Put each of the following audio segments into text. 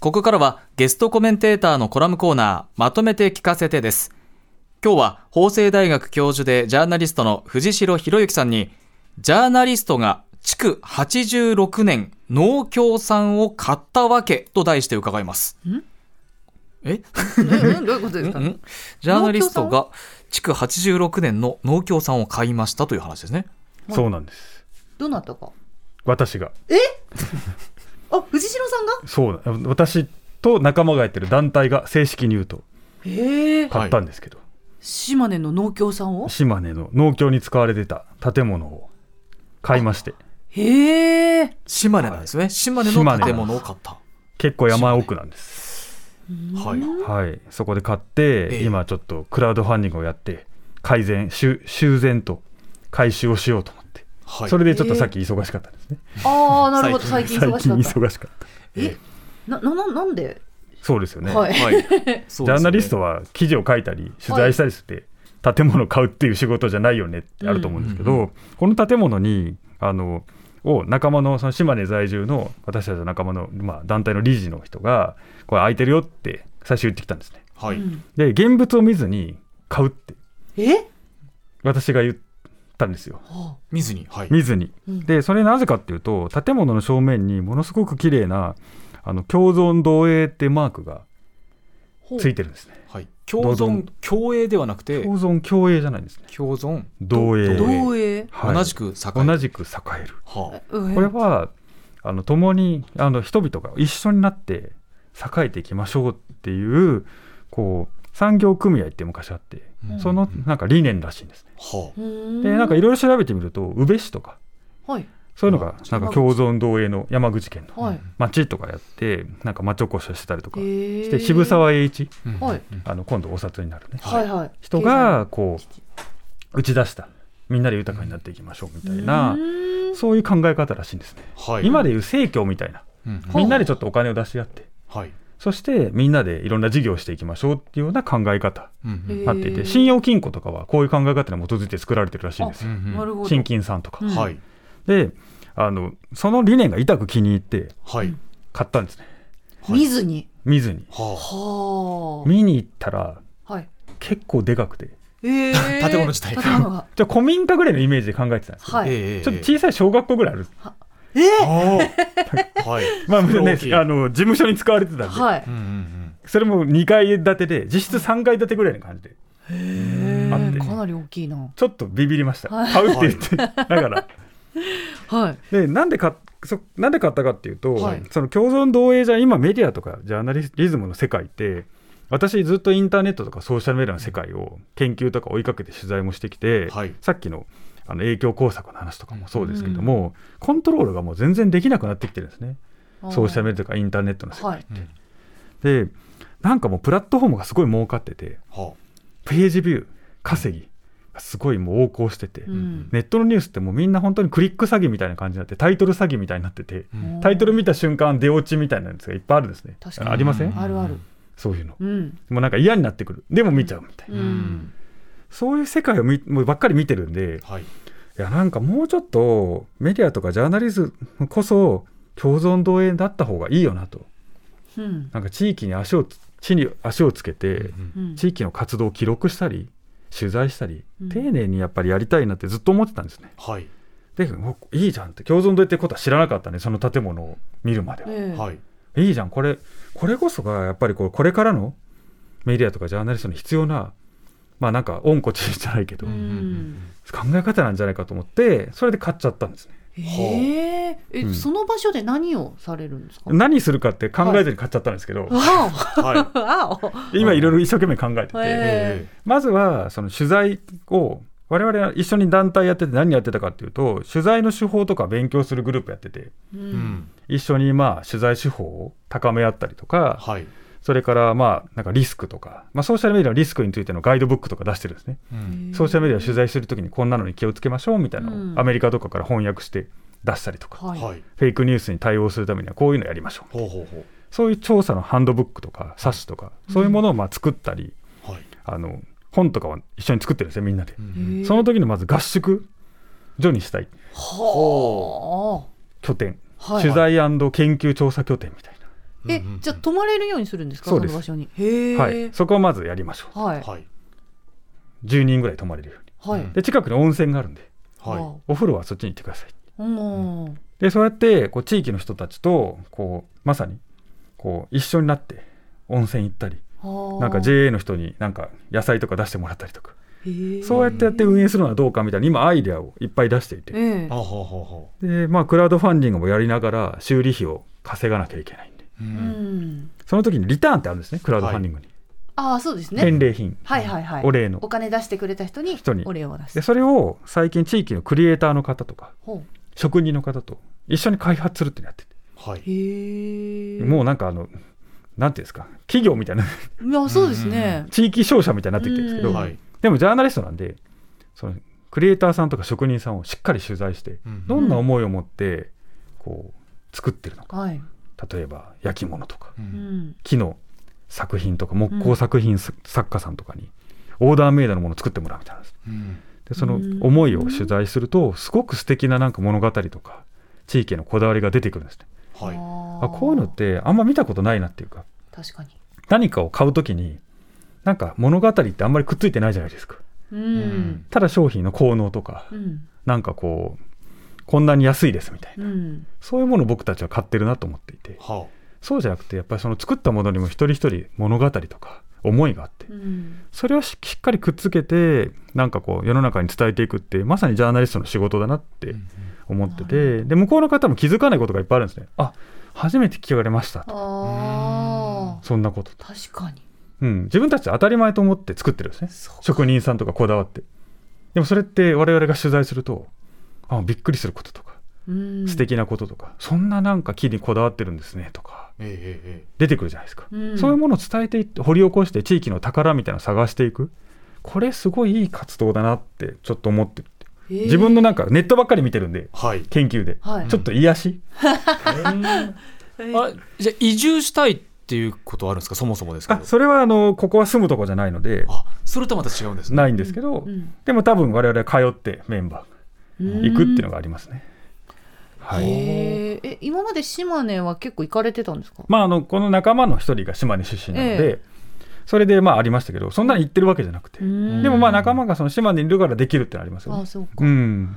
ここからはゲストコメンテーターのコラムコーナー、まとめて聞かせてです。今日は法政大学教授でジャーナリストの藤代博之さんに、ジャーナリストが築86年農協産を買ったわけと題して伺います。えええどういうことですかんんジャーナリストが築86年の農協産を買いましたという話ですね。はいそうなんです。どなたか私が。あ藤代さんがそうな私と仲間がやってる団体が正式に言うとええ買ったんですけど、島根の農協さんを島根の農協に使われてた建物を買いまして、へえ島根なんですね。島根の建物を買った。結構山奥なんです。はい。はい、そこで買って、ええ今ちょっとクラウドファンディングをやって、改善、修修繕と回収をしようと思って、はい。それでちょっとさっき忙しかったですね。ああなるほど最近最忙し近かった忙しかった。えななななんで、そうですよね。はい、はい。ジジャーナリストは記事を書いたり取材したりして建物を買うっていう仕事じゃないよねってあると思うんですけど、うんうんこの建物にあのを仲間のその島根在住の私たちの仲間の、まあ、団体の理事の人がこれ空いてるよって最初言ってきたんですねはうい。んで現物を見ずに買うってえ私が言ったんですよあ見ずに。はい。見ずにうんでそれなぜかっていうと建物の正面にものすごく綺麗なあの共存同栄ってマークがほうついてるんですねはい。共どう存、共栄ではなくて、共存共栄じゃないんですね共存、同栄どうえはい同じく栄え同る。じく栄えるはあここれはあの共にあの人々が一緒になって栄えていきましょうっていうこう産業組合って昔あってうんそのなんか理念らしいんですね。はでなんかいろいろ調べてみると宇部市とかはいそういうのがなんか共存同栄の山口県のはい町とかやってなんか町おこしをしてたりとかしして渋沢栄一あ。うんはい。あの今度お札になるねはいはい人がこう打ち出したみんなで豊かになっていきましょうみたいなそういう考え方らしいんですね。はい。今でいう政教みたいなうんうんほうみんなでちょっとお金を出し合ってはい。そしてみんなでいろんな事業をしていきましょうっていうような考え方うんえうんにーなっていて信用金庫とかはこういう考え方に基づいて作られてるらしいんですうよんうんなるほど信金さんとか、うんはい。であのその理念が痛く気に入ってはい。買ったんですねはい見ずに見ずにはは見に行ったらあはい結構でかくてええ建物自体が建物がじゃあ古民家ぐらいのイメージで考えてたんですけど、あ。はいええちょっと小さい小学校ぐらいある、えあ あ。はい。まあね、大きいあの事務所に使われてたんで、はいうんうんうん。それも2階建てで実質3階建てぐらいの感じでえあっーてかなり大きいなちょっとビビりました、はい買うって言って、だからはいでなんでかそなんで買ったかっていうと、はいその共存同栄じゃ今メディアとかジャーナリズムの世界って私ずっとインターネットとかソーシャルメディアの世界を研究とか追いかけて取材もしてきて、はいさっきのあの影響工作の話とかもそうですけども、コントロールがもう全然できなくなってきてるんですねソーシャルメディアとかインターネットの世界、はいうんでなんかもうプラットフォームがすごい儲かっててはページビュー稼ぎがすごいもう横行してて、うんネットのニュースってもうみんな本当にクリック詐欺みたいな感じになってタイトル詐欺みたいになっててあ。うんタイトル見た瞬間出落ちみたいなやつがいっぱいあるんですね確かにありませうんんあるあるそういうのうんもうなんか嫌になってくるでも見ちゃうみたいな、ううんん。そういう世界をみもうばっかり見てるんではい。いやなんかもうちょっとメディアとかジャーナリズムこそ共存同栄だった方がいいよなとうんなんか地域に足をつ地に足をつけて、うん地域の活動を記録したり取材したりうん丁寧にやっぱりやりたいなってずっと思ってたんですね。はい。でおいいじゃんって共存でってことは知らなかったねその建物を見るまでは、ええはい。いいじゃんこれこれこそがやっぱりこうこれからのメディアとかジャーナリストに必要なまあなんか温故知新じゃないけど、うん考え方なんじゃないかと思ってそれで買っちゃったんですねへええ、うんその場所で何をされるんですか。何するかって考えずに買っちゃったんですけど、あはあ、あ今いろいろ一生懸命考えてて、い。へえまずはその取材を我々は一緒に団体やってて何やってたかっていうと取材の手法とか勉強するグループやっててう、えうんん。一緒にまあ取材手法を高め合ったりとか、はい。それからまあなんかリスクとか、まあ、ソーシャルメディアのリスクについてのガイドブックとか出してるんですね、うんソーシャルメディアを取材するときにこんなのに気をつけましょうみたいなうのんをアメリカとかから翻訳して出したりとか、はい、はい。フェイクニュースに対応するためにはこういうのやりましょうほうほうほそういう調査のハンドブックとか冊子とかそういうものをまあ作ったり、う。はい。あの本とかは一緒に作ってるんですよみんなでう、んへえその時にまず合宿所にしたいは拠点、あ、はい、取材研究調査拠点みたいなえ、うんうんうんじゃあ泊まれるようにするんですかそそうですの場所にへえは、はいいそこをまずやりましょはいはい。う10人ぐらい泊まれるようにはういんで近くに温泉があるんではお風呂はそっちに行ってくださいうんうんでそうやってこう地域の人たちとこうまさにこう一緒になって温泉行ったりなんか JA の人になんか野菜とか出してもらったりとかそうやってやって運営するのはどうかみたいな今アイデアをいっぱい出していてええい。あははは。でまあクラウドファンディングもやりながら修理費を稼がなきゃいけないんでう。うんんその時にリターンってあるんですねクラウドファンディングに、ああそうですね返礼品、はいはいはいお礼のお金出してくれた人に人にお礼を出すでそれを最近地域のクリエイターの方とかほ職人の方と一緒に開発するってなってはうい。へてえもうなんかあのなんていうんですか企業みたいないやそうですね地域商社みたいになってきてるんですけど、うんはい。でもジャーナリストなんでそのクリエイターさんとか職人さんをしっかり取材してうんどんな思いを持ってこう作ってるのかはい例えば焼き物とかううんん木の作品とか木工作品す作家さんとかにオーダーメイドのものを作ってもらうみたいなんですうんでそのうん思いを取材するとすごく素敵ななんか物語とか地域へのこだわりが出てくるんですねはい。ああこういうのってあんま見たことないなっていうかー確かに何かを買う時になんか物語ってあんまりくっついてないじゃないですかううんんただ商品の効能とかうんなんかこうこんなに安いですみたいなうんそういうものを僕たちは買ってるなと思っていてはそうじゃなくてやっぱりその作ったものにも一人一人物語とか思いがあってうんそれをししっかりくっつけてなんかこう世の中に伝えていくってまさにジャーナリストの仕事だなっうてん思ってなるてで向こうの方も気づかないことがいっぱいあるんですねあ初めて聞きられましたとああそんなことと、確かにうん、自分たち当たり前と思って作ってるんですねそう職人さんとかこだわってでもそれって我々が取材するとあびっくりすることとかうん素敵なこととか、そんななんか木にこだわってるんですねとかえええ出てくるじゃないですか、うんそういうものを伝えていって掘り起こして地域の宝みたいなのを探していくこれすごいいい活動だなってちょっと思ってるへー自分のなんかネットばっかり見てるんでえはい。研究で、はいちょっと 癒し、ええーあれじゃあ移住したいっていうことはあるんですかそもそもですけあど。それはあのここは住むとこじゃないのであそれとまた違うんですね。ないんですけど、うんでも多分我々通ってメンバーが行くっていうのがありますね、はいへーえ今まで島根は結構行かれてたんですか、まああのこの仲間の一人が島根出身なのえで、それでまあありましたけどそんなに行ってるわけじゃなくて、うんでもまあ仲間がその島根にいるからできるってのありますよあねあ。そうか、うん、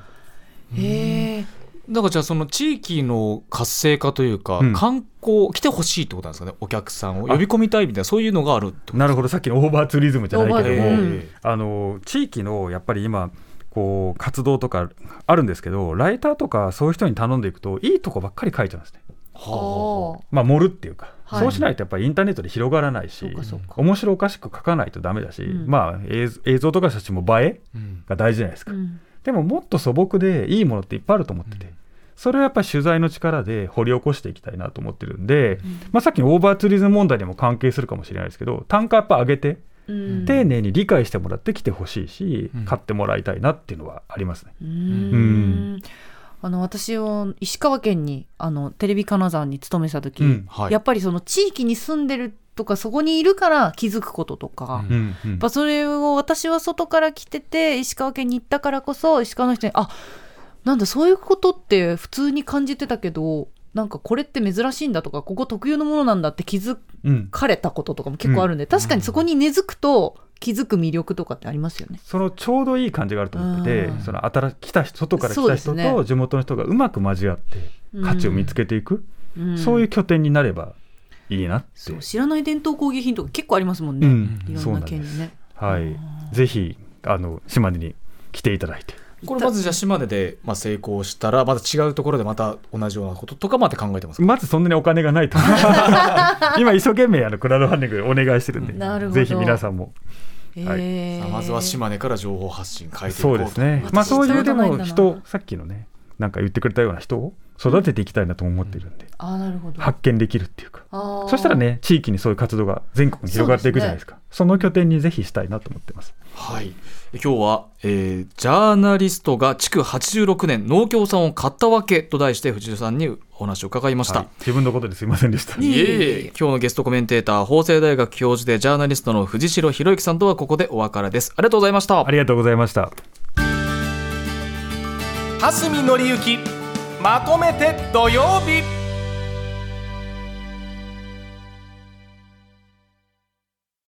へえだからじゃあその地域の活性化というか、うん観光来てほしいってことなんですかねお客さんを呼び込みたいみたいなそういうのがあるってことなるほどさっきのオーバーツーリズムじゃないけども、オーバーツーリズムえあの地域のやっぱり今こう活動とかあるんですけどライターとかそういう人に頼んでいくといいとこばっかり書いちゃうんですね。えはああはーまあ、盛るっていうか、はいそうしないとやっぱりインターネットで広がらないしそうかそうか面白おかしく書かないとダメだし、うんまあ、映像映像とか写真も映えあうんが大事じゃないですか、うんでももっと素朴でいいものっていっぱいあると思ってて、それをやっぱり取材の力で掘り起こしていきたいなと思ってるんで、まあ、さっきのオーバーツーリズム問題にも関係するかもしれないですけど単価やっぱ上げてうん丁寧に理解してもらって来てほしいし、うん買ってもらいたいなっていうのはありますね。うーうんあの私を石川県にあのテレビ金沢に勤めてた時、うんはい。やっぱりその地域に住んでるとかそこにいるから気づくこととか、うんやっぱそれを私は外から来てて石川県に行ったからこそ石川の人にあなんだそういうことって普通に感じてたけどなんかこれって珍しいんだとかここ特有のものなんだって気づうんかれたこととかも結構あるんで、確かにそこに根付くと気づく魅力とかってありますよね。そのちょうどいい感じがあると思ってて、うんその新し来た人外から来そうたです人ねと地元の人がうまく交わって価値を見つけていく、け、んそういう拠点になればいいなって、そう知らない伝統工芸品とか結構ありますもんうね、んいそうろんななんで県すにね。はい、ぜひあの島根に来ていただいてこれまずじゃあ島根で、まあ、成功したらまた違うところでまた同じようなこととかまで考えてますかまずそんなにお金がな いと今一生懸命あのクラウドファンディングでお願いしてるんでなるほどぜひ皆さんもはいえーさあまずは島根から情報発信変えていこそううとですね私まあそういうで行ったこともないんだな人さっきのねなんか言ってくれたような人を育てていきたいなと思ってるんで、あーなるほど発見できるっていうかあーそしたらね地域にそういう活動が全国に広がっていくじゃないですかその拠点にぜひしたいなと思ってますはい、今日は、えージャーナリストが築86年農協さんを買ったわけ」と題して藤井さんにお話を伺いました、はい自分のことですいませんでしたいいええいいええ今日のゲストコメンテーター法政大学教授でジャーナリストの藤代博之さんとはここでお別れですありがとうございましたありがとうございました蓮見紀之まとめて土曜日